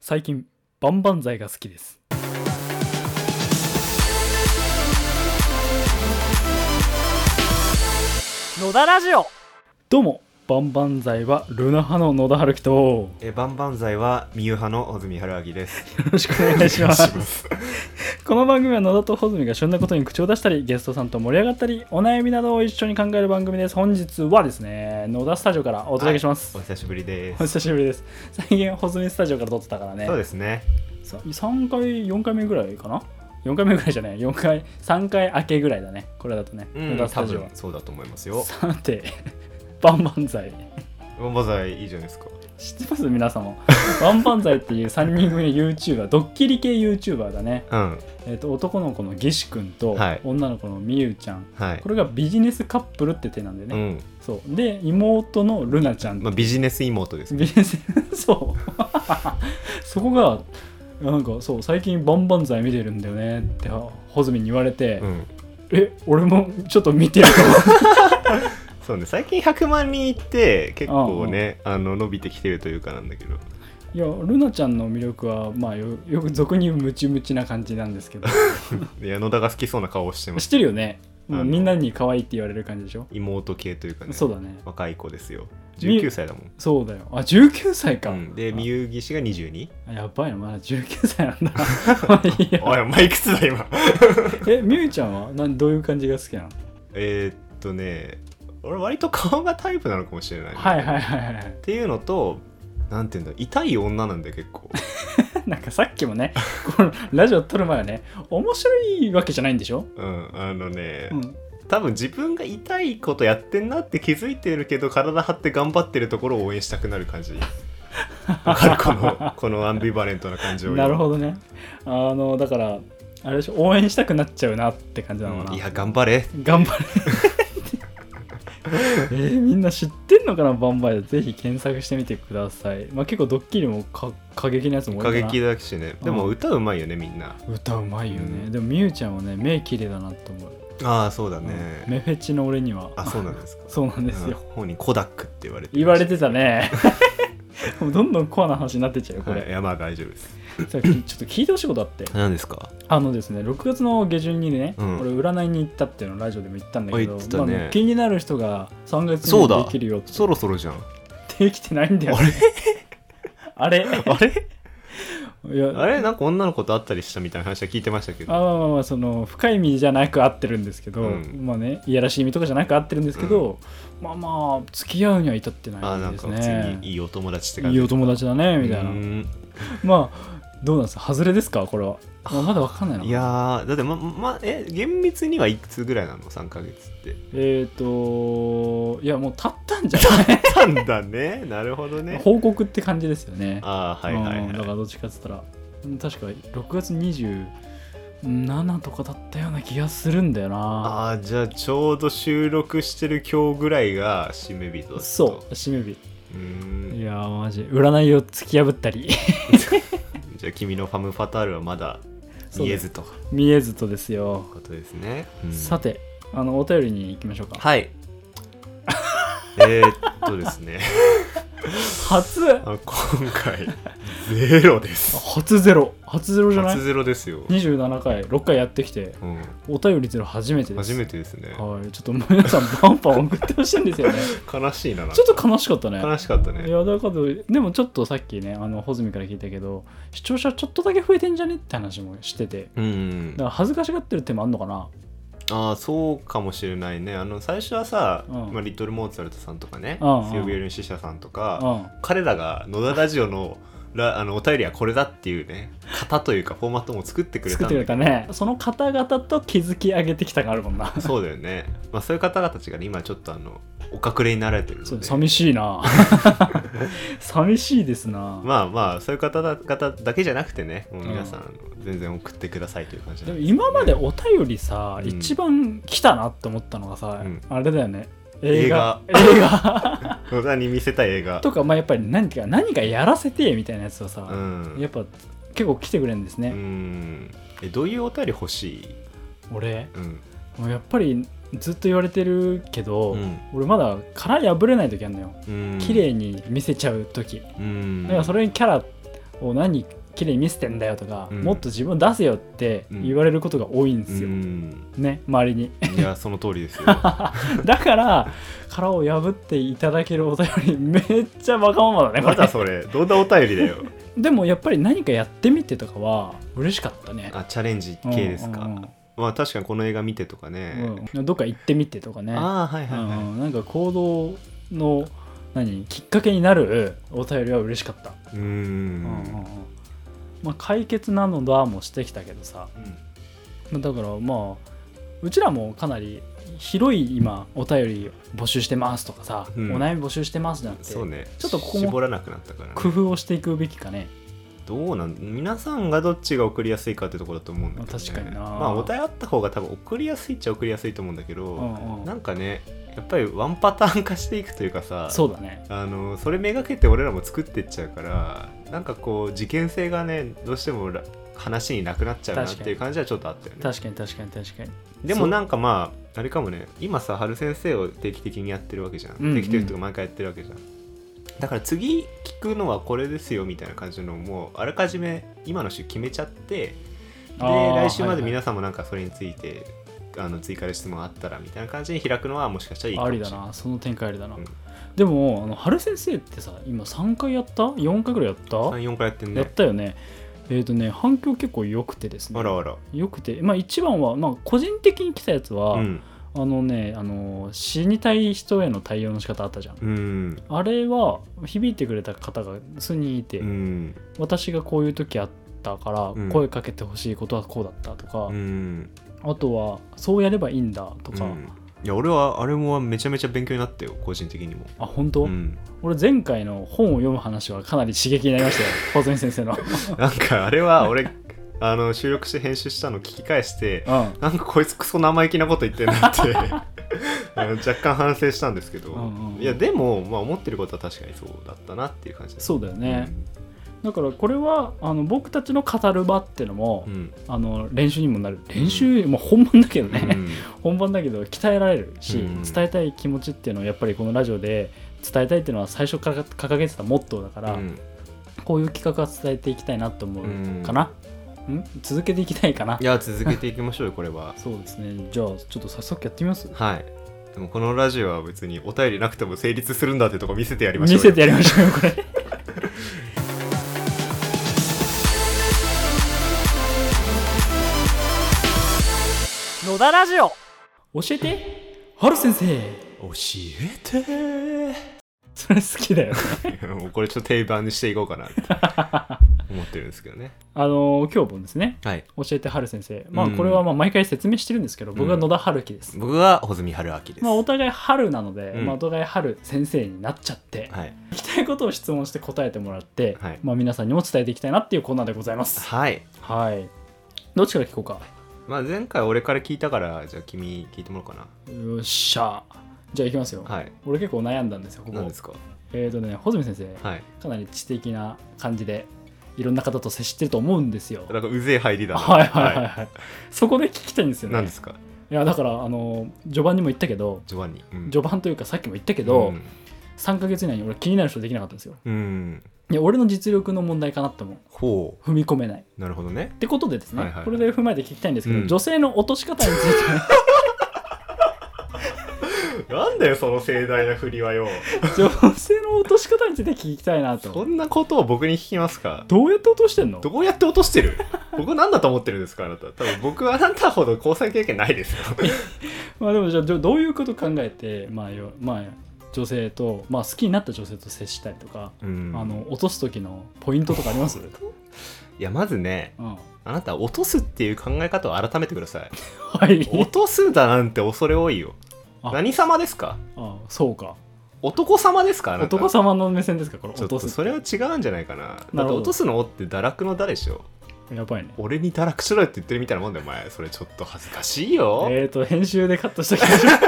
最近バンバン剤が好きです野田ラジオどうもバンバン剤はルナ派の野田春樹とよえー、バンバン剤はみゆ派の穂積春明です。ろしくお願いします この番組は野田と穂積が旬なことに口を出したりゲストさんと盛り上がったりお悩みなどを一緒に考える番組です本日はですね野田スタジオからおお届けします、お久しぶりでおす。久しぶりです最近穂積スタジオから撮ってたからねそうですね。さ3回4回目ぐらいかな4回目ぐらいじゃない4回3回明けぐらいだねこれだとね、うん、野田ス多タジオは分そうだと思いますよ。さてバンバン剤バンバン剤いいじゃないですか。知ってます皆様バンバン剤っていう3人組の YouTuber ドッキリ系 YouTuber だね、うん、えっと男の子のゲシ君と、はい女の子のみゆちゃんはいこ。れがビジネスカップルって手なんでうね、ん、そうで妹のルナちゃんまあビジネス妹ですね。ビジネスそう そこがなんかそう最近バンバン剤見てるんだよねってホズミに言われて、うん。え俺もちょっと見てるかそうね。最近100万人いって結構ね、あの伸びてきてるというかなんだけど。もいやルナちゃんの魅力はまあよよく俗に言うムチムチな感じなんですけどいや野田が好きそうな顔をしてま知す。ってるよねもあうのみんなに可愛いって言われる感じでしょ、妹系というかね。そうだね若い子ですよ。み19歳だもん。そうだよあ19歳か、うん、で、みゆぎ氏が 22? あやばいなまだ19歳なんだ まあいいやおい、お前いくつだ今。えみゆちゃんはなんどういう感じが好きなのえーっとね、俺割と顔がタイプなのかもしれないね。はいはいはいはいっていうのとなんていうんだろう痛い女なんだよ結 構なんかさっきもね、このラジオ撮る前はね、面白いわけじゃないんでしょ、うんあのね、うん、多分自分が痛いことやってんなって気づいてるけど体張って頑張ってるところを応援したくなる感 じわかるこのこのアンビバレントな感じ をなるほどどね。あの、だから、あれでしょ、応援したくなっちゃうなって感じなのかな。いや頑張れ頑張れ。 えーみんな知ってんのかな、バンバイで。ぜひ検索してみてください。まあ、結構ドッキリもか過激なやつも多過いかな激だしねでも歌うまいよねみんな歌うまいよね。うんでも、みゆちゃんはね、目綺麗だなと思う。ああそうだね、目フェチの俺には。あそうなんですかそうなんですよ。うん本人コダックって言われてる言われてたね。 もうどんどんコアな話になってっちゃうよ、これはい、い。やまあ大丈夫ですさっきちょっと聞いてほしいことあって何ですかあのですね6月の下旬にね、うん俺占いに行ったっていうのをラジオでも言ったんだけど、あ言ってたねまあ、気になる人が3月そうにだできるよってそろそろじゃんできてないんだよ、ね、 あれあれいや あれなんか女の子と会ったりしたみたいな話は聞いてましたけあどまあまあまあその深い意味じゃなく合ってるんですけど、うんまあねいやらしい意味とかじゃなく合ってるんですけど、まあまあ付き合うには至ってあなないんですか普通ねにいいお友達ってい感じいお友達だねみたいなうんまあどうなんですか外れですかこれは、まあ、まだわかんないないやーだってままえ厳密にはいくつぐらいなの3ヶ月って えっ、といやもう経ったんじゃないなんだねなるほど ね報告って感じですよね。ああはいはいうんだはからどっちかっつったら、うん確か6月27とかだったような気がするんだよな。ああーじゃあちょうど収録してる今日ぐらいが締め人だとそう、締めうー日。いんやー、マジ、占いを突き破ったり、 じゃあ君のファムファタールはまだ見えずという見えずとですよ。ことですね、うんさて、あの、お便りに行きましょうか。はい えーっとですね初、あ今回ゼロです初ゼロ、初ゼロじゃない初ゼロですよ、 ?27 回、6回やってきて、うん、お便りゼロ初めてです。初めてですねはい、ちょっと皆さん、バンバン送ってほしいんですよね。悲しいななんかちょっと悲しかったね。悲しかったいねやだからでもちょっとさっきねあの穂積から聞いたけど視聴者ちょっとだけ増えてんじゃねって話もしててうんだから恥ずかしがってる手もあんのかなああそうかもしれないねあの最初はさ、うんまあ、リトル・モーツァルトさんとかねうんうん強ビエルン・シシャさんとか、うん彼らが野田ラジオのらあのお便りはこれだっていうね型というかフォーマットも作ってくれ作たってんだくけれどたねその方々と築き上げてきたがあるもんなそうだよね、まあ、そういう方々たちが、ね、今ちょっとあのお隠れになられてるそのうで寂しい な寂しいですな、まあまあそういう方々だけじゃなくてねもう皆さん、あの全然送ってくださいという感じでなもんです今までお便りさ、うん一番来たなって思ったのがさ、うんあれだよね映映画画映画 野田に見せたい映画とかまあやっぱり何か何かやらせてみたいなやつはうさ、んやっぱ結構来てくれるんですうね、んえどういうお便り欲しい、俺うんもうやっぱりずっと言われてるけど、うん俺まだ殻破れない時あるのようん綺麗に見せちゃう時、うんだからそれにキャラお何綺麗に見せてんだよとか、うんもっと自分出せよって言われることが多いんですよ、んね周りに いやその通りですよはだから殻を破っていただけるお便り めっちゃバカママだねいこまれ だそれどんなお便りだよでもやっぱり何かやってみてとかは嬉しかったねあチャレンジ系ですか、うんうんまあ確かにこの映画見てとかうねん、うんどっか行ってみてとかねああはいはいはい、うんなんか行動の何きっかけになるお便りは嬉しかった、うーうんうんうんんまあ、解決なのだもしてきたけどさまあだからまあうちらもかなり広い今お便り募集してますとかさ、うんお悩み募集してますじゃなくてそうねちょっとここも絞らなくなったから、工ね、夫をしていくべきかねどうなん皆さんがどっちが送りやすいかってところだと思うんだけど、ね、確かになまあお便りあった方が多分送りやすいっちゃ送りやすいと思うんだけど、うんうんなんかねやっぱりワンパターン化していくというかさそうだねあのそれめがけて俺らも作ってっちゃうからなんかこう事件性がねどうしてもら話になくなっちゃうなっていう感じはちょっとあったよね確かに確かに確かにでもなんかまああれかもね今さ春先生を定期的にやってるわけじゃん、うんうん定期的というか毎回やってるわけじゃんだから次聞くのはこれですよみたいな感じのをもうあらかじめ今の週決めちゃってであー来週まではいはい皆さんもなんかそれについて、あの追加で質問あったらみたいな感じに開くのはもしかしたらいいかあもしりれなだいなその展開ありだな、うんでもあの春先生ってさ今3回やった4回ぐらいやった、 34回やってんやねったよねえっ、とね反響結構良くてですねあらあら良くてまあ一番は、まあ、個人的に来たやつは、うんあのねあの死にたい人への対応の仕方あったじゃんうんあれは響いてくれた方が数人いて、うん私がこういう時あったからうん声かけてほしいことはこうだったとか、うんあとはそうやればいいんだとか、うんいや俺はあれもめちゃめちゃ勉強になったよ個人的にも、あ本当、うん、俺前回の本を読む話はかなり刺激になりま したよ穂積先生の、なんかあれは俺あの収録して編集したの聞き返してうん、なんかこいつクソ生意気なこと言ってんなって あの若干反省したんですけど、うんうんうんいやでも、まあ、思ってることは確かにそうだったなっていう感じですそうだよね、だからこれはあの僕たちの語る場ってのも、うんあの練習にもなる練習、まあ、本番だけどうね、ん 本番だけど鍛えられるし、うん伝えたい気持ちっていうのをやっぱりこのラジオで伝えたいっていうのは最初から掲げてたモットーだから、うんこういう企画は伝えていきたいなと思うかな、ん、続けていきたいかないや続けていきましょうよこれはそうですねじゃあちょっと早速やってみますはいでもこのラジオは別にお便りなくても成立するんだってとこ見せてやりましょう見よせてやりましょうよこれ野田ラジオ教えて春先生教えてそれ好きだよね もうこれちょっと定番にしていこうかなって思ってるんですけどねあの今日もですねはい教えて春先生まあうんこれはまあ毎回説明してるんですけど、僕はうん野田春樹です、僕は穂積春明です、まあお互い春なので、うんまあお互い春先生になっちゃって、はい聞きたいことを質問して答えてもらって、はいまあ皆さんにも伝えていきたいなっていうコーナーでございますはいはいどっちから聞こうかまあ、前回俺から聞いたからじゃあ君聞いてもらおうかよっしゃじゃあいきますよ、なはい俺結構悩んだんですよここ何ですかえっ、ー、とね穂積先生、はいかなり知的な感じでいろんな方と接してると思うんですよなんかうぜえ入りだなはいはいはい、はい、そこで聞きたいんですよ何ねですかいやだからあの序盤にも言ったけどジョバンニ、うん、序盤というかさっきも言ったけど、うん3ヶ月以内に俺気になる人できなかったんですようんいや俺の実力の問題かなと思ほう踏み込めないっうなるほどねてことでですね、はいはいこれで踏まえて聞きたいんですけど、うん女性の落とし方についなんだよその盛大な振りはよて 女性の落とし方について聞きたいなそとんなことを僕に聞きますかどうやって落としてんのどうやって落としてる 僕は何だと思ってるんですかあなた多分僕はあなたほど交際経験ないですよ まあでもじゃあどどういうこと考えて、まあよまあ、女性と、まあ、好きになった女性と接したりとか、うんあの落とす時のポイントとかあり ます、うん、いやまずねはあなた落とすっていう考え方を改めてください落い とすだなんて恐れ多いよあ何様ですかあそうか男様ですかあなた男様の目線ですかこれちょ落っととすそれは違うんじゃないかななるほだってど落とすのって堕落の誰でしょやばいね俺に堕落しろよって言ってるみたいなもんだよお前それちょっと恥ずかしいよええっ、ー、と編集でカットした気がし ま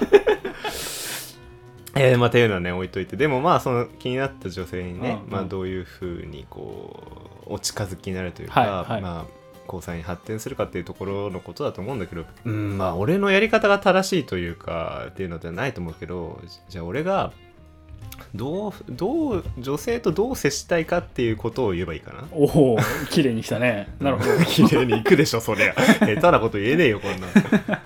す ーまあというのはね置いといてでもまあその気になった女性にね、うんまあ、うんどういうふうにこうお近づきになるというか、はいはいまあ交際に発展するかっていうところのことだと思うんだけどうんまあ俺のやり方が正しいというかっていうのではないと思うけどじゃあ俺がどうどう女性とどう接したいかっていうことを言えばいいかなおお綺麗に来たねなるほどうん綺麗にいくでしょそりゃ 下手なこと言えねえよこんなんっ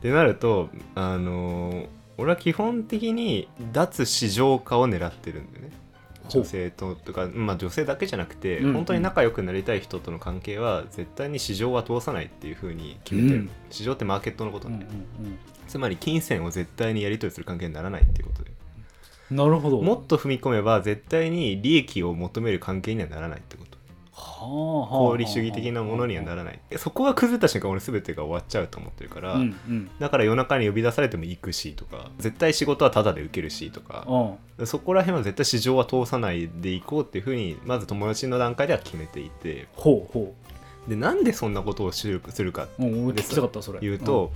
てなるとあのー俺は基本的に脱市場化を狙ってるんだよねほう女性ととか、まあ、女性だけじゃなくて、うんうん本当に仲良くなりたい人との関係は絶対に市場は通さないっていうふうに決めてる、うん市場ってマーケットのこ とうんね、うんつまり金銭を絶対にやり取りする関係にならないっていうことでうんなるほどもっと踏み込めば絶対に利益を求める関係にはならないってことはあはあ功利主義的なものにはなららないそこが崩れた瞬間俺全てが終わっちゃうと思ってるから、うんうんだから夜中に呼び出されても行くしとか絶対仕事はタダで受けるしとかうんそこら辺は絶対市場は通さないでいこうっていうふうにまず友達の段階では決めていてほうほでなんでそんなことをするするかううん俺聞きたかったそれというと、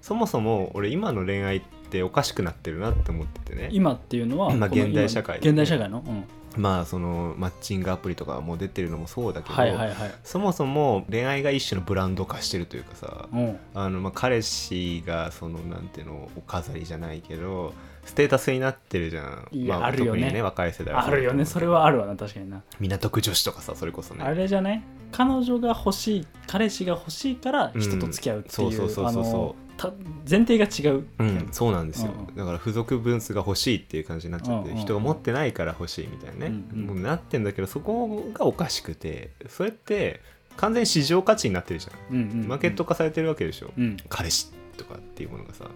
そもそも俺今の恋愛っておかしくなってるなって思っててねうん今っていうのはまあこの現代社会今現代社会のうんまあそのマッチングアプリとかもう出てるのもそうだけど、はいはいはいそもそも恋愛が一種のブランド化してるというかさうんあのまあ彼氏がそのなんていうのお飾りじゃないけどステータスになってるじゃんいやまあるよね特にね若い世代はあるよねそれはあるわな確かにな港区女子とかさそれこそねあれじゃない彼女が欲しい彼氏が欲しいから人と付き合うってうんいそうそううそうあそうのた前提が違ううん、そうなんですよ、うんうんだから付属分数が欲しいっていう感じになっちゃって、うんうん人が持ってないから欲しいみたいなね、うんうんもうなってんだけどそこがおかしくてそれって完全に市場価値になってるじゃん、うんうんうんマーケット化されてるわけでしょ、うん彼氏とかっていうものがさだ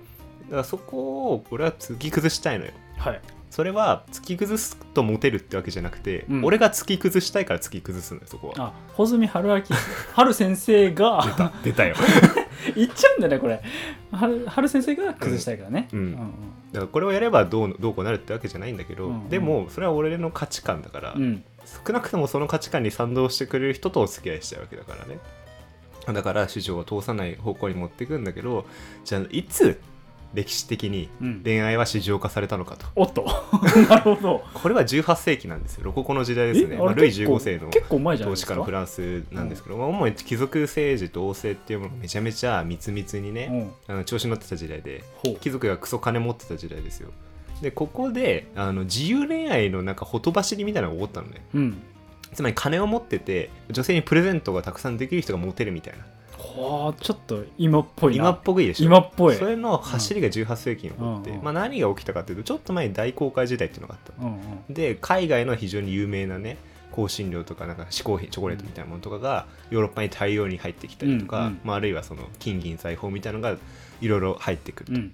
からそこを俺は突き崩したいのよはいそれは突き崩すとモテるってわけじゃなくて、うん俺が突き崩したいから突き崩すのよそこはあ穂積春明春先生出がた出たよ 言っちゃうんだよねこれ春春先生が崩したいからねうんうんだからこれをやればどうのどうこうなるってわけじゃないんだけど、うんうんでもそれは俺の価値観だから、うんうん少なくともその価値観に賛同してくれる人とお付き合いしちゃうわけだからねだから市場を通さない方向に持っていくんだけどじゃあいつ歴史的にうん恋愛は市場化されたのかとおっと なるほどこれは18世紀なんですよロココの時代ですね、えまあ、あれルイ結構15世の結構前じゃないで投資す家かのフランスなんですけど、まあ主に貴族政治と王政っていうものがめちゃめちゃ密密にね、うんあの調子に乗ってた時代でほう貴族がクソ金持ってた時代ですよでここであの自由恋愛のなんかほとばしりみたいなのが起こったのねうんつまり金を持ってて女性にプレゼントがたくさんできる人がモテるみたいなはあちょっと今っぽいな今っぽいでしょ今っぽいそれの走りが18世紀に起こって、うんうんまあ、何が起きたかというとちょっと前に大航海時代っていうのがあったのうんうんで海外の非常に有名なね香辛料とかなんか嗜好品チョコレートみたいなものとかがヨーロッパに大量に入ってきたりとか、うんうんまあ、あるいはその金銀財宝みたいなのがいろいろ入ってくるうん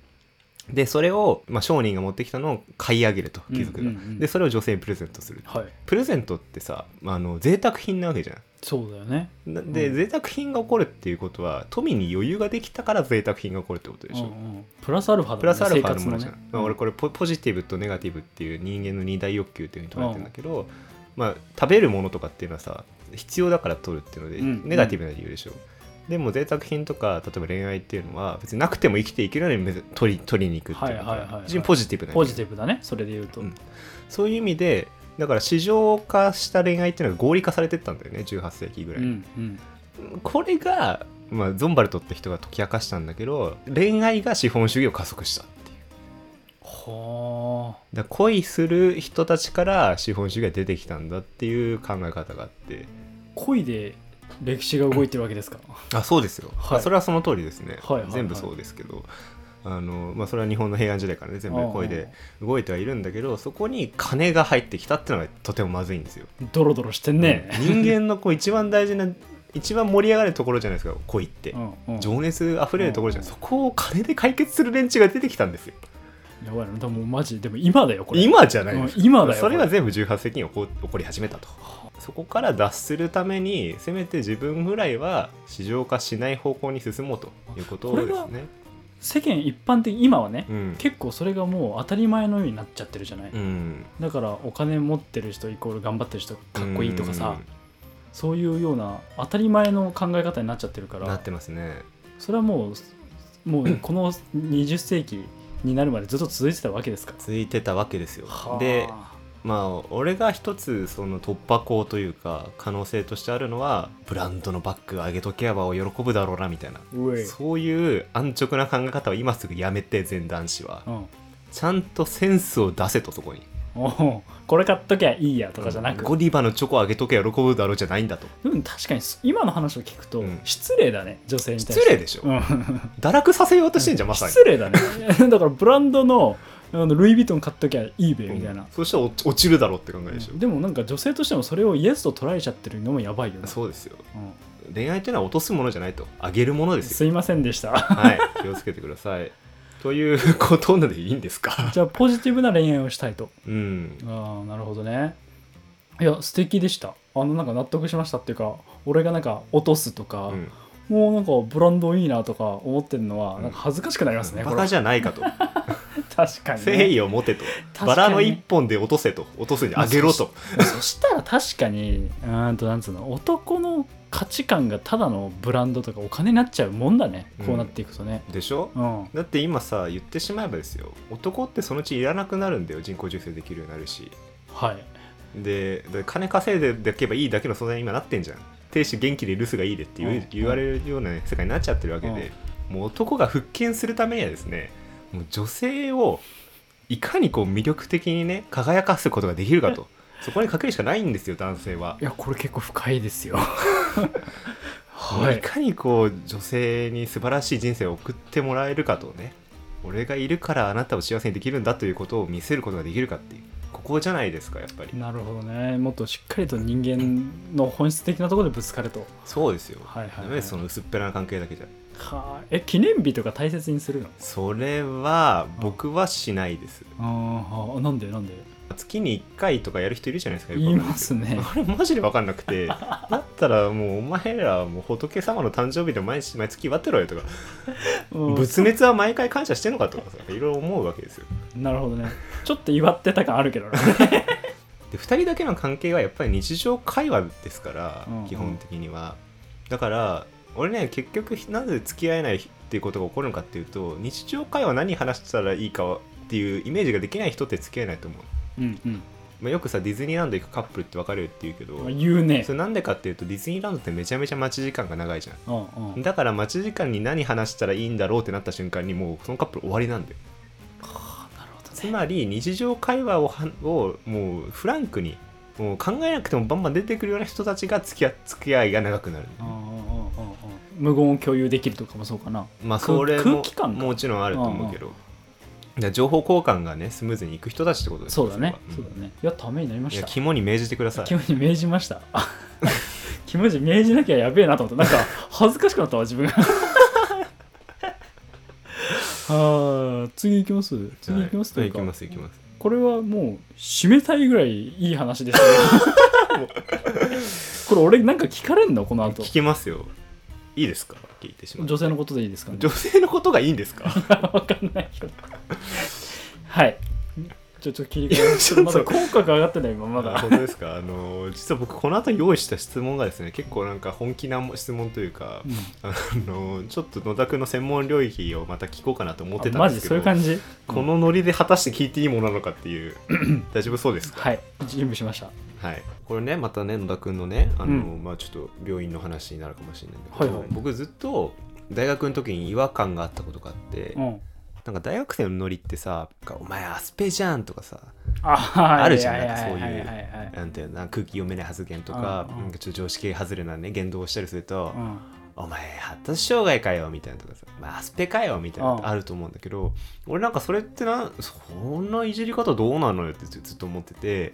でそれを、まあ、商人が持ってきたのを買い上げると貴族が、うんうんうんでそれを女性にプレゼントするはいプレゼントってさ、まあ、あの贅沢品なわけじゃんそうだよねなで、うん贅沢品が起こるっていうことは富に余裕ができたから贅沢品が起こるってことでしょ、うんうんプラスアルファだもんねプラスアルファのものじゃん、生活のまあ、ね俺これポポジティブとネガティブっていう人間の二大欲求っていうふうに捉えてるんだけど、まあ、食べるものとかっていうのはさ必要だから取るっていうので、うんネガティブな理由でしょでも贅沢品とか例えば恋愛っていうのは別になくても生きていけるようにめず取り取りに行くっていうはのいはいはいはがい非常にポジティブなポジティブだねそれで言うと、うんそういう意味でだから市場化した恋愛っていうのが合理化されてったんだよね18世紀ぐらい、うんうんこれが、まあ、ゾンバルトって人が解き明かしたんだけど恋愛が資本主義を加速したっていうはあだから恋する人たちから資本主義が出てきたんだっていう考え方があって恋で歴史が動いてるわけですか あそうですよ、はいそれはその通りですね、はいはいはい全部そうですけどあの、まあ、それは日本の平安時代からね全部恋で動いてはいるんだけどそこに金が入ってきたっていうのがとてもまずいんですよドロドロしてんね、人間のこう一番大事な一番盛り上がるところじゃないですか恋って、うんうん、情熱あふれるところじゃん、うんそこを金で解決する連中が出てきたんですよやばいなでもマジでも今だよこれ今じゃないうんです今だよそれはこ全部18世紀に起こ起こり始めたとそこから脱するためにせめて自分ぐらいは市場化しない方向に進もうということをですこね世間一般的に今はね、うん、結構それがもう当たり前のようになっちゃってるじゃない、うん、だからお金持ってる人イコール頑張ってる人かっこいいとかさ、そういうような当たり前の考え方になっちゃってるかうんならってますねそれはもうも うこの20世紀になるまでずっと続いてたわけですか続いてたわけですよはあでまあ俺が一つその突破口というか可能性としてあるのはブランドのバッグ上げとけば喜ぶだろうなみたいなうえそういう安直な考え方は今すぐやめて前男子はうんちゃんとセンスを出せとそこにおうこれ買っときゃいいやとかじゃなく、ゴディバのチョコあげとけ喜ぶだろうじゃないんだとうん、確かにす今の話を聞くとうん失礼だね、女性に対して失礼でしょ、うん堕落させようとしてんじゃんまさに失礼だね だからブランドのあのルイ・ヴィトン買っときゃいいべみたいなうん、そしたら落落ちるだろうって考えでしょ、でもなんか女性としてもそれをイエスと捉えちゃってるのもやばいよねそうですようん恋愛っていうのは落とすものじゃないとあげるものですすよいませんでした はい気をつけてくださいということなんでいいんですか じゃあポジティブな恋愛をしたいとうんああなるほどねいや素敵でしたあのなんか納得しましたっていうか俺がなんか落とすとか、うんもうなんかブランドいいなとか思ってるのはうんなんか恥ずかしくなりますね、バこカれじゃないかと確かに、誠ね、意を持てとかにバラの一本で落とせと落とすにあげろとそしたら確かにうーんとなんつうの男の価値観がただのブランドとかお金になっちゃうもんだねこうなっていくとねでしょうん、うんだって今さ言ってしまえばですよ男ってそのうちいらなくなるんだよ人工授精できるようになるしはいでで金稼いでいけばいいだけの存在に今なってんじゃん亭主元気で留守がいいでって言う、うん言われるような世界になっちゃってるわけで、もう男が復権するためにはですねもう女性をいかにこう魅力的にね輝かすことができ るかとそこにかけるしかないんですよ男性は、いやこれ結構深いですよもはういいかにこう女性に素晴らしい人生を送ってもらえるかとね俺がいるからあなたを幸せにできるんだということを見せることができるかっていうここじゃないですかやっぱりなるほどねもっとしっかりと人間の本質的なところでぶつかるとそうですよ、はいはいはいダメですその薄っぺらな関係だけじゃはえ記念日とか大切にするのそれは僕はしないです、ああなんでなんで月に1回とかやる人いるじゃないですかよく言いわまかんなけどすねあれマジで分かんな くてだったらもうお前らもう仏様の誕生日で毎日毎月祝ってろよとかうん仏滅は毎回感謝してんのかとかさいろいろ思うわけですよなるほどねちょっと祝ってた感あるけどねで2人だけの関係はやっぱり日常会話ですから、うんうん基本的にはだから俺ね結局なぜ付き合えないっていうことが起こるのかっていうと日常会話何話したらいいかっていうイメージができない人って付き合えないと思う、うんうんまあ、よくさディズニーランド行くカップルって別れるっていうけど、まあ言うねそれなんでかっていうとディズニーランドってめちゃめちゃ待ち時間が長いじゃんうんうんだから待ち時間に何話したらいいんだろうってなった瞬間にもうそのカップル終わりなんだよはあなるほどつねまり日常会話をはをもうフランクにもう考えなくてもバンバン出てくるような人たちが付き合付き合いが長くなる、うんうんうんうんうん無言を共有できるとかもそうかなまあ空それも空気感かもちろんあると思うけど、だから情報交換がねスムーズにいく人たちってことですそうだねそそれうはだねいやためになりまうんいしやた肝に銘じてください気持ち命じました 気持ち命じなきゃやべえなと思ったなんか恥ずかしくなったわ自分が ああ次行きます次行きますとはいいう行きか、ます行きますこれはもう締めたいぐらいいい話ですね これ俺なんか聞かれんのこの後聞きますよいいですか聞いてしまって女性のことでいいですかね女性のことがいいんですかわかんないけどはいちょちょっと聞いてくださいちょっとまだ口角上がってない今 まあだ本当ですかあの実は僕この後用意した質問がですね結構なんか本気な質問というか、あのちょっと野田君の専門領域をまた聞こうかなと思ってあたマんでジすそけどういう感じこのノリで果たして聞いていいものなのかっていう大丈夫そうですかはい準備しましたはいこれねまたね野田君のねあの、うんまあ、ちょっと病院の話になるかもしれないんだけど、はいはい僕ずっと大学の時に違和感があったことがあって、うんなんか大学生のノリってさ「なんかお前アスペじゃん」とかさああるじゃんははなんかそういうはははなんていうの空気読めない発言とか、うんうんなんかちょっと常識外れなね言動をしたりすると「うんお前発達障害かよ」みたいなとかさ「まあ、アスペかよ」みたいなのってうんあると思うんだけど、俺なんかそれってなそんないじり方どうなのよってずずっと思ってて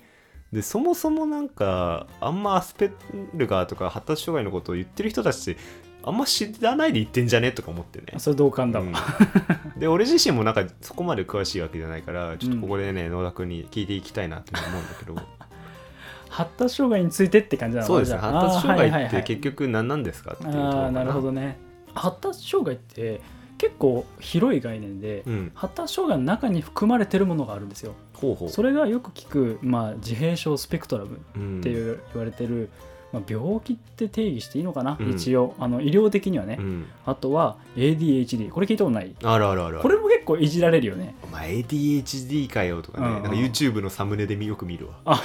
でそもそもなんかあんまアスペルガーとか発達障害のことを言ってる人たちってあんま知らないで言ってんじゃねとか思ってね。それ同感だわ、 うんで俺自身もなんかそこまで詳しいわけじゃないからちょっとここでね、野田君に聞いていきたいなって思うんだけど。発達障害についてって感じなの そうですねじゃあ発達障あーはい害っはいはてい結局何なんですかっていうところあかあなるほどね発達障害って結構広い概念で、うん発達障害の中に含まれてるものがあるんですよほうほうそれがよく聞く、まあ、自閉症スペクトラムうんっていう言われてる、まあ、病気って定義していいのかな、うん一応あの医療的にはね、うんあとは ADHD これ聞いたことないあるあるあるあるこれも結構いじられるよね お前 ADHD かよとかね、うんなんか YouTube のサムネでよく見るわあ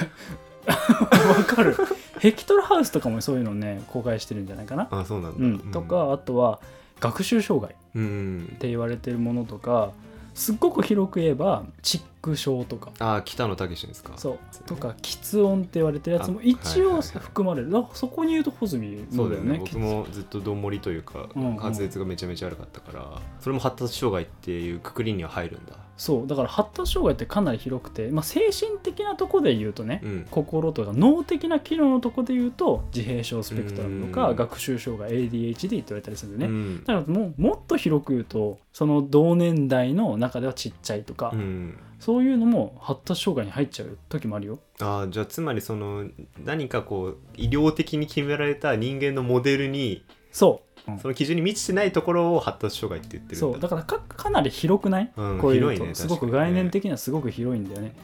わかるヘキトルハウスとかもそういうのね公開してるんじゃないかな、あそうなんだ、うん、とかあとは学習障害うんって言われてるものとかすっごく広く言えばチック症とかああ北野武ですかそうとか喫音って言われてるやつも一あはいはいは応い含まれる、だからそこに言うと穂積そのうだだよよねね僕もずっとどんもりというかうんうん滑舌がめちゃめちゃ悪かったからそれも発達障害っていうくくりには入るんだそうだから発達障害ってかなり広くて、まあ、精神的なとこで言うとね、うん心とか脳的な機能のとこで言うと自閉症スペクトラムとかうん学習障害 ADHD って言われたりするんでうね、んだからもうもっと広く言うとその同年代の中ではちっちゃいとか、うんそういうのも発達障害に入っちゃう時もあるよああじゃあつまりその何かこう医療的に決められた人間のモデルにそう、その基準に満ちてないところを発達障害って言ってるんだそうだからかかなり広くない、うんこういう広いと、ねすごく確かに概ね念的にはすごく広いんだよね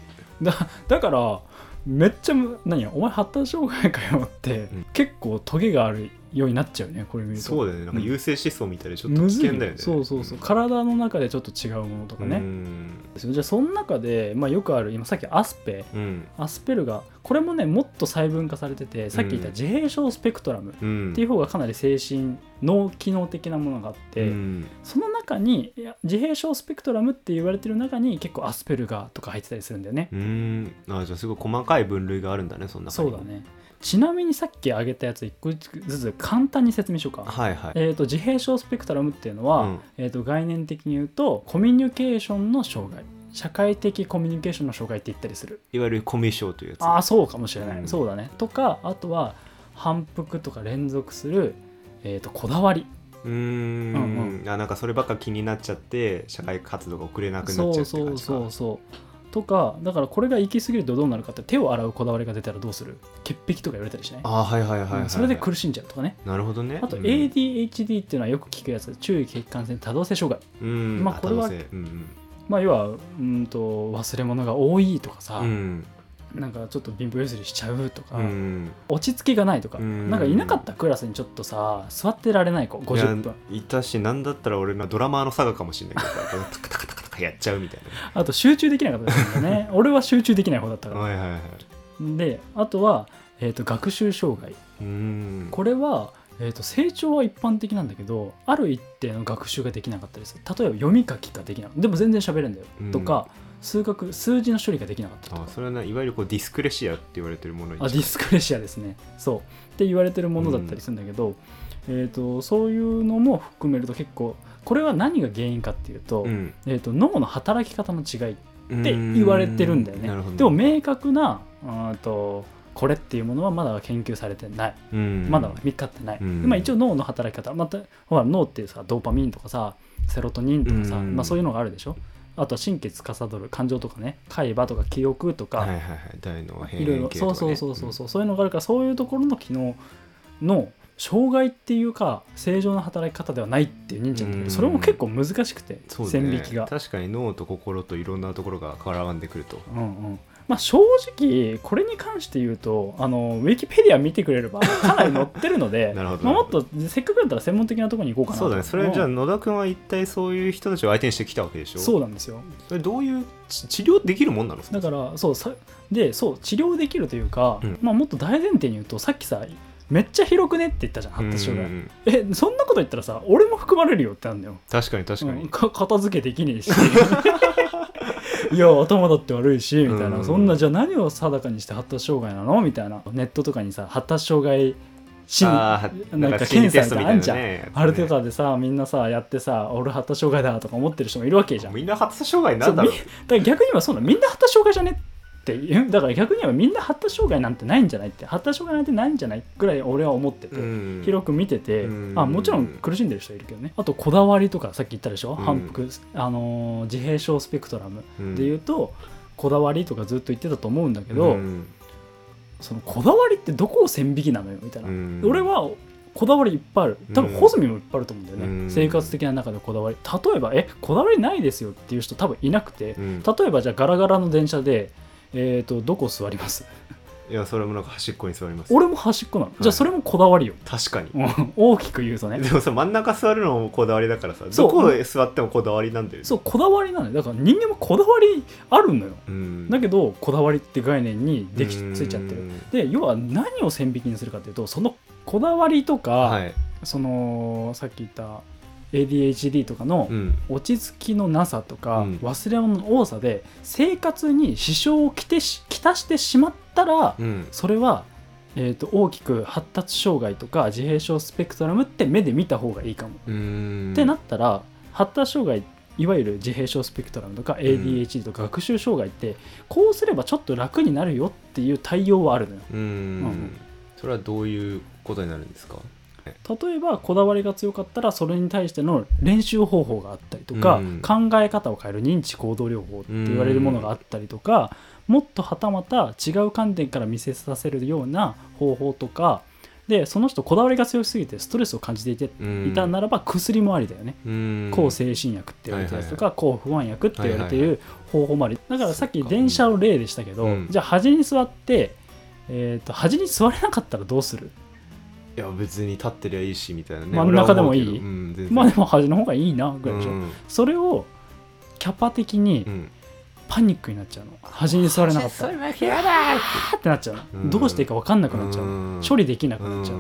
だだからめっちゃむ何やお前発達障害かよって、うん結構トゲがあるようになっちゃうねこれ見るとそうだよねなんかうん優勢思想みたいでちょっとむ危ずい険だよねそうそうそう体の中でちょっと違うものとかうね、んじゃあその中で、まあ、よくある今さっきアスペうんアスペルがこれもねもっと細分化されててさっき言ったうん自閉症スペクトラムっうんていう方がかなり精神脳機能的なものがあって、うんその中にいや自閉症スペクトラムって言われてる中に結構アスペルガーとか入ってたりするんだよね。うんあじゃあすごい細かい分類があるんだねそんなそうだねちなみにさっき挙げたやつ一個ずつ簡単に説明しようか。はいはいえー、と自閉症スペクトラムっていうのは、うんえー、と概念的に言うとコミュニケーションの障害社会的コミュニケーションの障害って言ったりするいわゆるコミュ障というやつああそうかもしれない、うんそうだねとかあとは反復とか連続する、えー、とこだわりうーんうんあなんかそればっか気になっちゃって社会活動が遅れなくなそっちゃううってそ感うじかそうそうとかだからこれが行き過ぎるとどうなるかって手を洗うこだわりが出たらどうする潔癖とか言われたりしない、あーはいはいはいはい、うんそれで苦しんじゃうとかねなるほどねあとうん ADHD っていうのはよく聞くやつ注意欠陥性多動性障害うんまあこれは多動性うんまあ要はうんと忘れ物が多いとかさ、うんうんなんかちょっと貧乏ゆすりしちゃうとか、うん落ち着きがないとか、うんなんかいなかったクラスにちょっとさ座ってられない子50分いやいたしなんだったら俺のドラマーの佐賀かもしれないけどタカタカタカタカやっちゃうみたいあと集中できなかったですよ ね俺は集中できない方だったなかはいはいはいらであとは、えー、と学習障害うんこれは、えー、と成長は一般的なんだけどある一定の学習ができなかったりする例えば読み書きができないでも全然喋れるんだよ、うんとか数学数字の処理ができなかったりとあかそれはないわゆるこうディスクレシアって言われてるものにあディスクレシアですねそうって言われてるものだったりするんだけど、えー、とそういうのも含めると結構これは何が原因かっていうと,、うんえー、と脳の働き方の違いっって言われてるんだよね。なるほどでも明確なうーんとこれっていうものはまだ研究されてない、うんまだ見つかってない、うんでまあ、一応脳の働き方またほら脳ってさドーパミンとかさセロトニンとかさ、うんまあ、そういうのがあるでしょあとは神経司る感情とかね海馬とか記憶とか、はいはいはい大のい変ろい変ろ形そうとかそうねそうそうそうそういうのがあるからそういうところの機能の障害っていうか正常な働き方ではないっていう認知なんだけうどんそれも結構難しくてそうだね線引きが。確かに脳と心といろんなところが絡んでくるとうんうんまあ、正直これに関して言うとあのウィキペディア見てくれればかなり載ってるので なるほどまあ、もっとせっかくだったら専門的なところに行こうかなとそうだねそれじゃあん野田君は一体そういう人たちを相手にしてきたわけでしょそうなんですよそれどういうち治療できるもんなのだからそうさでそう治療できるというか、うんまあ、もっと大前提に言うとさっきさめっちゃ広くねって言ったじゃん発達障害うんえそんなこと言ったらさ俺も含まれるよってなんだよ確かに確かに、うんか片付けできねえし いや頭だって悪いしみたいな、うんそんなじゃあ何を定かにして発達障害なのみたいなネットとかにさ発達障害診あなーんか検査があんじゃん、ねあれとかでさみんなさやってさ俺発達障害だとか思ってる人もいるわけじゃんみんな発達障害なんだろうそうだから逆にはそうなのみんな発達障害じゃねっていうだから逆にはみんな発達障害なんてないんじゃないって発達障害なんてないんじゃないぐらい俺は思ってて、うん広く見てて、うんあもちろん苦しんでる人いるけどねあとこだわりとかさっき言ったでしょ、ん反復、あのー自閉症スペクトラムうんでいうと、こだわりとかずっと言ってたと思うんだけど、うんそのこだわりってどこを線引きなのよみたいな、うん俺はこだわりいっぱいある多分うんホズミもいっぱいあると思うんだよね、うん生活的な中でこだわり例えばえこだわりないですよっていう人多分いなくて、うん例えばじゃあガラガラの電車で、えー、とどこ座りますいやそれもなんか端っこに座ります俺も端っこなの、じゃあそれもこだわりよ確かにうん 大きく言うとねでもさ真ん中座るのもこだわりだからさそうどこへ座ってもこだわりなんだよねそうこだわりなのよだから人間もこだわりあるのようんだけどこだわりって概念にできうんついちゃってるで要は何を線引きにするかっていうとそのこだわりとか、はいそのさっき言った ADHD とかのうん落ち着きのなさとか、うん忘れ物の多さで生活に支障をきてしきたしてしまったら、うんそれは、えー、と大きく発達障害とか自閉症スペクトラムって目で見た方がいいかも。うんってなったら発達障害いわゆる自閉症スペクトラムとか ADHD とか学習障害ってこうすればちょっと楽になるよっていう対応はあるのよ。うんんそれはどういうことになるんですか例えばこだわりが強かったらそれに対しての練習方法があったりとか、うん考え方を変える認知行動療法って言われるものがあったりとか、もっとはたまた違う観点から見せさせるような方法とかでその人こだわりが強すぎてストレスを感じていていたならば薬もありだよね。うん抗精神薬って言われたやつとか、抗不安薬って言われていはいはる方法もありだからさっきそっか電車の例でしたけど、うんじゃあ端に座って、えー、と端に座れなかったらどうするいや別に立ってりゃいいしみたいなね真ん中でもいい俺は思うけどうん全然まあでも端の方がいいなぐらいでしょ、うんそれをキャパ的にうんパニックになっちゃうの端に座れなかったらは嫌だパーってなっちゃうの、うんどうしていいか分かんなくなっちゃうの、処理できなくなっちゃう、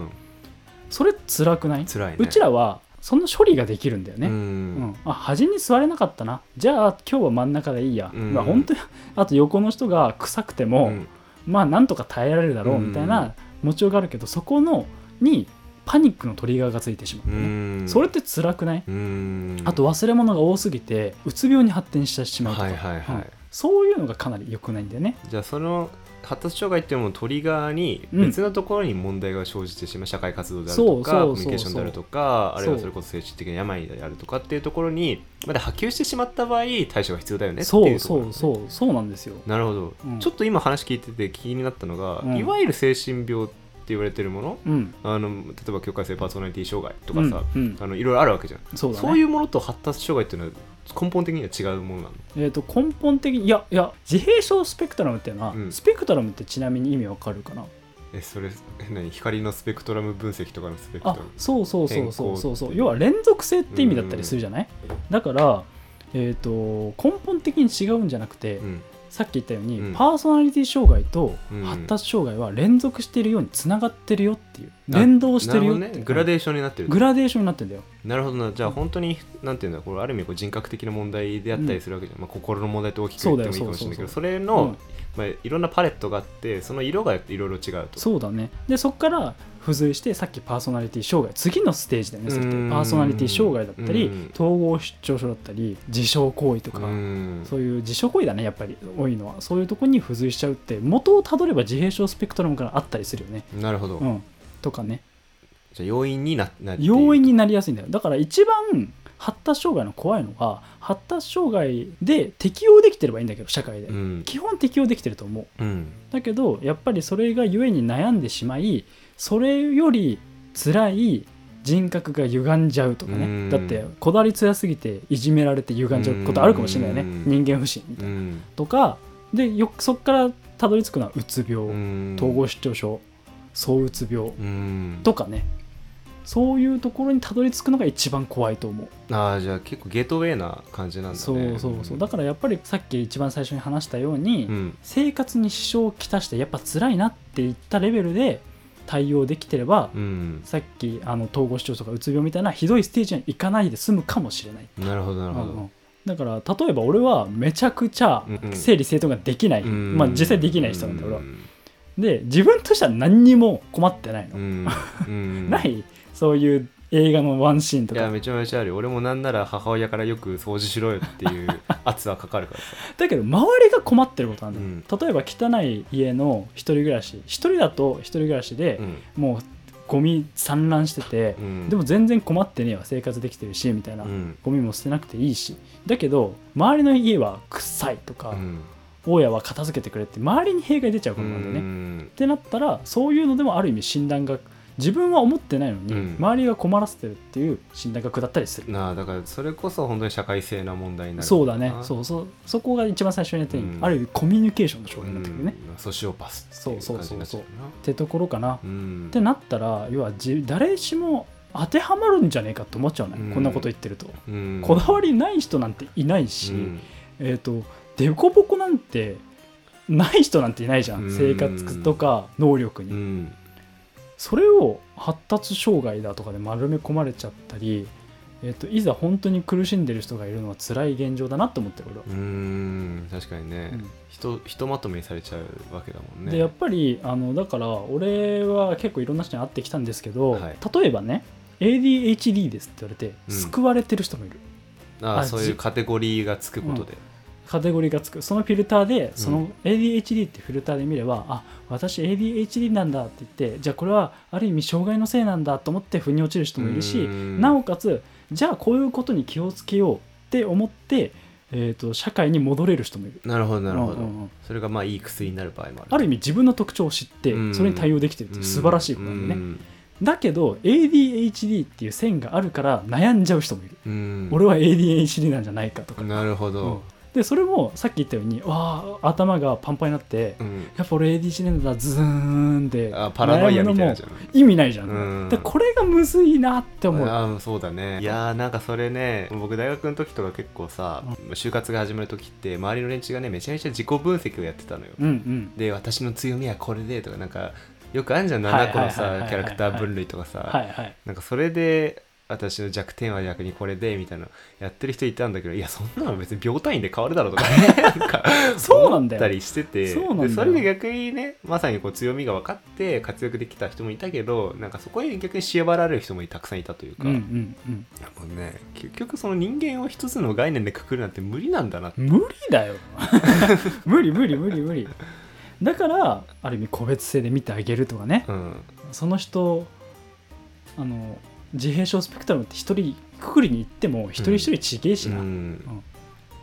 それ辛くない辛いねうちらはその処理ができるんだよね、うんうん、あ端に座れなかったなじゃあ今日は真ん中でいいや、うんまあ本当にあと横の人が臭くても、うんまあなんとか耐えられるだろううんみたいな持ちようがあるけど、そこのにパニックのトリガーがついてしまううね、んそれって辛くない、うんあと忘れ物が多すぎてうつ病に発展してしまうとか、はいはいはいうんそういうのがかなり良くないんだよねじゃあその発達障害っていうのもトリガーにうん別のところに問題が生じてしまう、社会活動であるとかそコうそうそうそうミュニケーションであるとかあるいはそうそれこそ精神的な病であるとかっていうところにまだ波及してしまった場合対処が必要だよねってそいううところそなんうですねそうそうなんですよなるほど、うんちょっと今話聞いてて気になったのが、うんいわゆる精神病って言われてるものうんあの例えば境界性パーソナリティ障害とかさ、うんうんあのいろいろあるわけじゃんそうだねそういうものと発達障害っていうのは根本的には違うものなのえー、と根本的にいやいや自閉症スペクトラムっていうのは、うんスペクトラムってちなみに意味わかるかなえそれえ何光のスペクトラム分析とかのスペクトあラムそうそうそうそうそう変更そっうて要は連続性って意味だったりするじゃない、だから、えー、と根本的に違うんじゃなくて、うんさっき言ったように、うんパーソナリティ障害とうん発達障害は連続してるようにつながってるよっていうな連動してるよってないうほどね、グラデーションになってるグラデーションになってんだよなるほどなじゃあ本当になんていうんだこれある意味こう人格的な問題であったりするわけじゃん、まあ、心の問題と大きく言ってもいいかもしれないけどそそれうのん、まあ、いろんなパレットがあってその色がいろいろ違うとそうだねでそこから付随してさっきパーソナリティ障害次のステージだよねそれってうんパーソナリティ障害だったうりん統合失調症だったり自傷行為とかんそういう自傷行為だねやっぱり多いのはそういうとこに付随しちゃうって元をたどれば自閉症スペクトラムからあったりするよね、なるほど、うん、とかねじゃあ要因にななっている容易になりやすいんだよだから一番発達障害の怖いのが発達障害で適応できてればいいんだけど社会で、うん、基本適応できてると思ううん、だけどやっぱりそれが故に悩んでしまいそれより辛い人格が歪んじゃうとかうねんだってこだわり強すぎていじめられて歪んじゃうことあるかもしれないよねうん人間不信みたいなうんとかでよそこからたどり着くのはうつ病、うん統合失調症躁うつ病うんとかねそういうところにたどり着くのが一番怖いと思う、ああじゃあ結構ゲートウェイな感じなんだねそうそうそうだからやっぱりさっき一番最初に話したように、うん生活に支障をきたしてやっぱ辛いなっていったレベルで対応できてれば、うんさっきあの統合失調とかうつ病みたいなひどいステージに行かないで済むかもしれないなるほどなるほうんうどんだから例えば俺はめちゃくちゃうんうん整理整頓ができない、うんまあ、実際できない人なんだよ俺はう、んで自分としては何にも困ってないの、うんう んないそういう映画のワンシーンといやかめちゃめちゃあるよ俺もなんなら母親からよく掃除しろよっていう 圧はかかるからさだけど周りが困ってることなんだよ、うん例えば汚い家の一人暮らし一人だと一人暮らしで、うんもうゴミ散乱してて、うんでも全然困ってねえわ生活できてるしみたいな、うんゴミも捨てなくていいしだけど周りの家は臭いとか、うん大家は片付けてくれって周りに弊害出ちゃうこうとなんだよね、っんてなったらそういうのでもある意味診断が自分は思ってないのに、うん周りが困らせてるっていう診断が下ったりするなあだからそれこそ本当に社会性な問題になるそうだねうそうそうそこが一番最初にやったように、うんある意味コミュニケーションの障害になってくるね、っんソシオパスっていう感じになっちゃうなてところかな、っうんてなったら要はじ誰しも当てはまるんじゃねえかって思っちゃうね、うんこんなこと言ってると、うんこだわりない人なんていないし、えっ、とデコボコなんてない人なんていないじゃん、うん生活とか能力に、うんうんそれを発達障害だとかで丸め込まれちゃったりえっと、いざ本当に苦しんでる人がいるのは辛い現状だなと思ってる俺はうーん確かにね、うんひとひとまとめにされちゃうわけだもんねでやっぱりあのだから俺は結構いろんな人に会ってきたんですけど、はい例えばね ADHD ですって言われて、うん救われてる人もいるああそういうじカテゴリーがつくことで、カテゴリーがつくそのフィルターでそうの ADHD ってフィルターで見れば、あ私 ADHD なんだって言ってじゃあこれはある意味障害のせいなんだと思って腑に落ちる人もいるしななおかつじゃあこういうことに気をつけようって思って、えー、と社会に戻れる人もいる。なるほどなるほど、うんうんうんそれがまあいい薬になる場合もあるある意味自分の特徴を知ってうんそれに対応できてるって素晴らしいことだよね。ねだけど ADHD っていう線があるから悩んじゃう人もいる、うん俺は ADHD なんじゃないかとか、なるほど、でそれもさっき言ったようにわあ頭がパンパンになって、うんやっぱ俺 ADHD なんだズーンってあパラノイアみたいなじゃん意味ないじゃん、うんでこれがむずいなって思う、あーそうだねいやーなんかそれね僕大学の時とか結構さ、就活が始まる時って周りの連中がねめちゃめちゃ自己分析をやってたのよ、うんうんで私の強みはこれでとかなんかよくあるじゃんはいはい7個のはいはいはさいキャラクター分類とかさ、はいはいなんかそれで私の弱点は逆にこれでみたいなやってる人いたんだけどいやそんなの別に秒単位で変わるだろうとかねなんかそうなんだよ思ったりしててそうなんだよでそれで逆にねまさにこう強みが分かって活躍できた人もいたけどなんかそこに逆に縛られる人もたくさんいたというか、うんうんうんもうね結局その人間を一つの概念でくくるなんて無理なんだなって無理だ よ無理無理無理無理だからある意味個別性で見てあげるとかねうんその人あの自閉症スペクトラムって一人くくりに行っても一人一人ちげえしうな、ん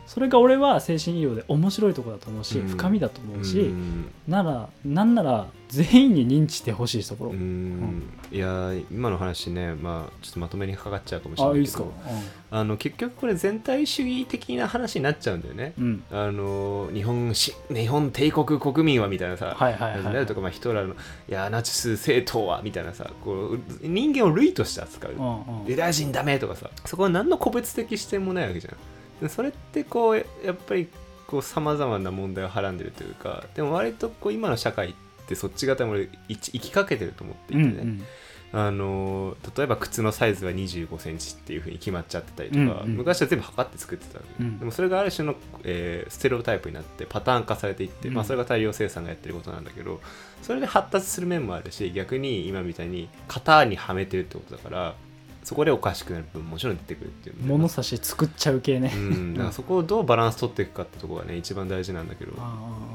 それが俺は精神医療で面白いとこだと思うし、うん深みだと思うし、うんならなんなら全員に認知してほしいところ、うんいやー今の話ねまあちょっとまとめにかかっちゃうかもしれあないいいけどですか、あの結局これ全体主義的な話になっちゃうんだよね。うんうん、あの日本し日本帝国国民はみたいなさ、はいはいはい話になるとか、まあ、ヒトラーのいやナチス政党はみたいなさこう人間を類として扱う、うんうんユダヤ人ダメとかさそこは何の個別的視点もないわけじゃんでそれってこうやっぱりさまざまな問題をはらんでるというかでも割とこう今の社会ってそっち方も俺いち行きかけてると思っていてね、うんあの例えば靴のサイズは2 5センチっていう風に決まっちゃってたりとか、うんうん昔は全部測って作ってたわけ、うんでもそれがある種の、えーステレオタイプになってパターン化されていって、うんまあ、それが大量生産がやってることなんだけどそれで発達する面もあるし逆に今みたいに型にはめてるってことだからそこでおかしくなる部分もちろん出てくるっていううんので物差し作っちゃう系ねう、ん、だからそこをどうバランス取っていくかってところがね一番大事なんだけど、あ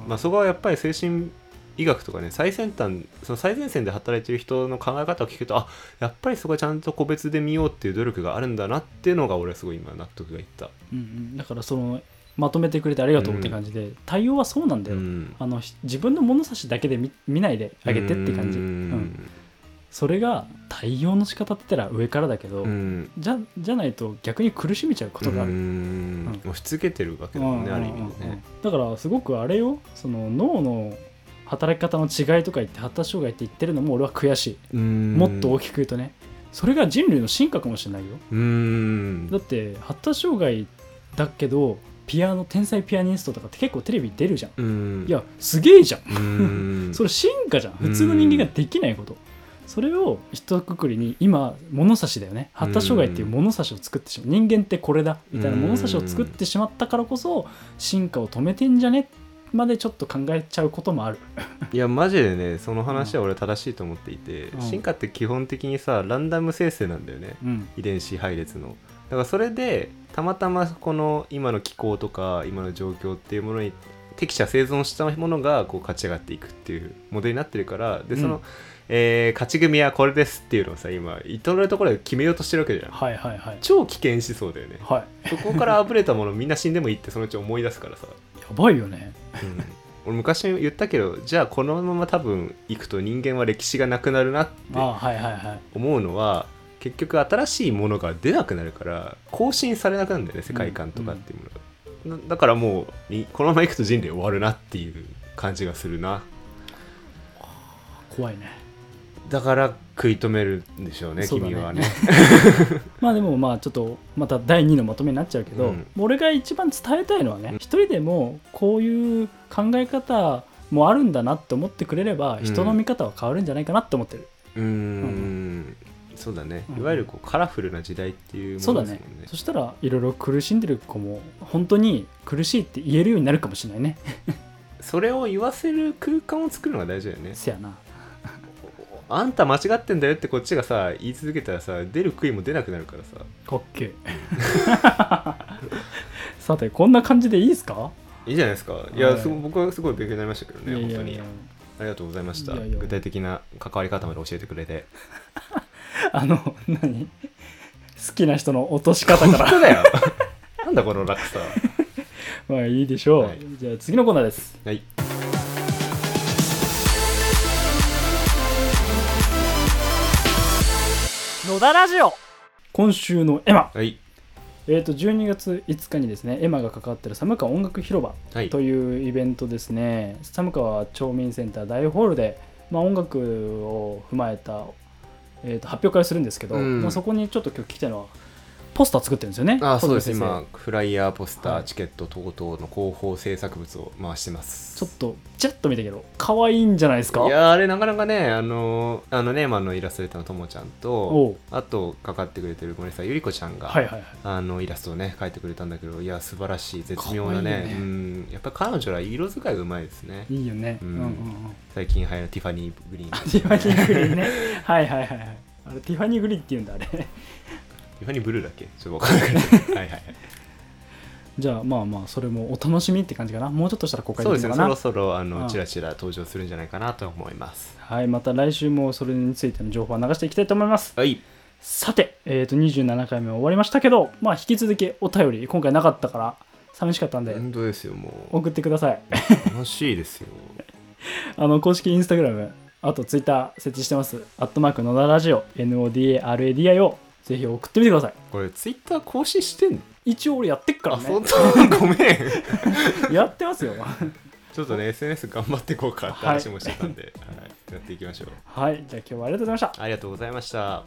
まあ、あそこはやっぱり精神医学とかね最先端その最前線で働いてる人の考え方を聞くとあやっぱりそこはちゃんと個別で見ようっていう努力があるんだなっていうのが俺はすごい今納得がいった、うんうん、だからそのまとめてくれてありがとうって感じで、対応はそうなんだうよ、ん、あのひ自分の物差しだけで見見ないであげてって感じ、ううん、ん、それが対応の仕方って言ったら上からだけど、うんじゃじゃないと逆に苦しみちゃうことがあうる、うんん押し付けてるわけうだもんんね、ある意味うんでうんねだからすごくあれよその脳の働き方の違いとか言って発達障害って言ってるのも俺は悔しいもっと大ききく言うとねそれが人類の進化かもしれないようんだって発達障害だけどピアノ天才ピアニストとかって結構テレビ出るじゃんうんいやすげえじゃんうん それ進化じゃん普通の人間ができないことそれを一括りに今物差しだよね発達障害っていう物差しを作ってしまう人間ってこれだみたいな物差しを作ってしまったからこそ進化を止めてんじゃねまでちょっと考えちゃうこともあるいやマジでねその話は俺正しいと思っていて、うん進化って基本的にさランダム生成なんだよね、うん遺伝子配列のだからそれでたまたまこの今の気候とか今の状況っていうものに適者生存したものがこう勝ち上がっていくっていうモデルになってるからでその、うんえー勝ち組はこれですっていうのをさ今至る所で決めようとしてるわけじゃんはいはいはい超危険思想だよねはいそこからあぶれたものみんな死んでもいいってそのうち思い出すか らさ、やばいよねうん俺昔言ったけどじゃあこのまま多分行くと人間は歴史がなくなるなってああはいはいはい思うのは結局新しいものが出なくなるから更新されなくなるんだよね世界観とかっていうものが、なだからもういこのままいくと人類終わるなっていう感じがするな怖いねだから食い止めるんでしょうねそうだね 君はねまあでもまあちょっとまた第2のまとめになっちゃうけど、うん俺が一番伝えたいのはね、うん一人でもこういう考え方もあるんだなって思ってくれればうん人の見方は変わるんじゃないかなって思ってる、うーんそうだねうんいわゆるこうカラフルな時代っていうそもうのだですねもんねそしたらいろいろ苦しんでる子も本当に苦しいって言えるようになるかもしれないねそれを言わせる空間を作るのが大事だよねせやなあんた間違ってんだよってこっちがさ言い続けたらさ出る杭も出なくなるからさかっけえ さてこんな感じでいいですかいいじゃないですかいはやいすご僕はすごい勉強になりましたけどねいやいや本当いにやありがとうございましたいやいや具体的な関わり方まで教えてくれてあの何 好きな人の落とし方 から本当だよなんだこの落差まあいいでしょう、はいじゃあ次のコーナーですはい野田ラジオ今週のエマはいえー、と12月5日にですねエマが関わってる寒川音楽広場はいというイベントですね、寒川町民センター大ホールで、まあ、音楽を踏まえた、えー、と発表会をするんですけど、うんまあ、そこにちょっと今日来たのはポスター作ってるんですよねあそうです小今泉フライヤーポスター、はいチケット等々の広報制作物を回してます先生ちょっとちらっと見たけど可愛いんじゃないですかいやーあれなかなかねあのーあのネーマンのイラストレーターのともちゃんおとうあとかかってくれてるごめんなさいゆりこちゃんが、はいはいはいあのイラストをね描いてくれたんだけどいや素晴らしい絶妙なかわねいいよねうんやっぱ彼女ら色使いがうまいですねいいよねううんんうんうん最近流行るティファニーグリーンテティファニーグリーンねはいはいはいはいあれティファニーグリーンって言うんだあれィファニーブルーだっけちょっと分からな くなったはいはいはいじゃあまあまあそれもお楽しみって感じかなもうちょっとしたら公開そうでできするねのかそなろそろあの、うんちらちら登場するんじゃないかなと思いますはい、また来週もそれについての情報を流していきたいと思います。はいさて、えー、と27回目は終わりましたけど、まあ、引き続きお便り、今回なかったから寂しかったんで、本当ですよも送ってください。 う楽しいですよあの公式インスタグラム、あとツイッター設置してます。アットマーク野田ラジオ、NODARADI をぜひ送ってみてください。これツイッター更新してんの一応俺やってっからあ本ね。 当ごめんやってますよ。 ちょっとね SNS 頑張っていこうかって話もしてたんで、はいやっていきましょうはい、じゃあ今日はありがとうございました。ありがとうございました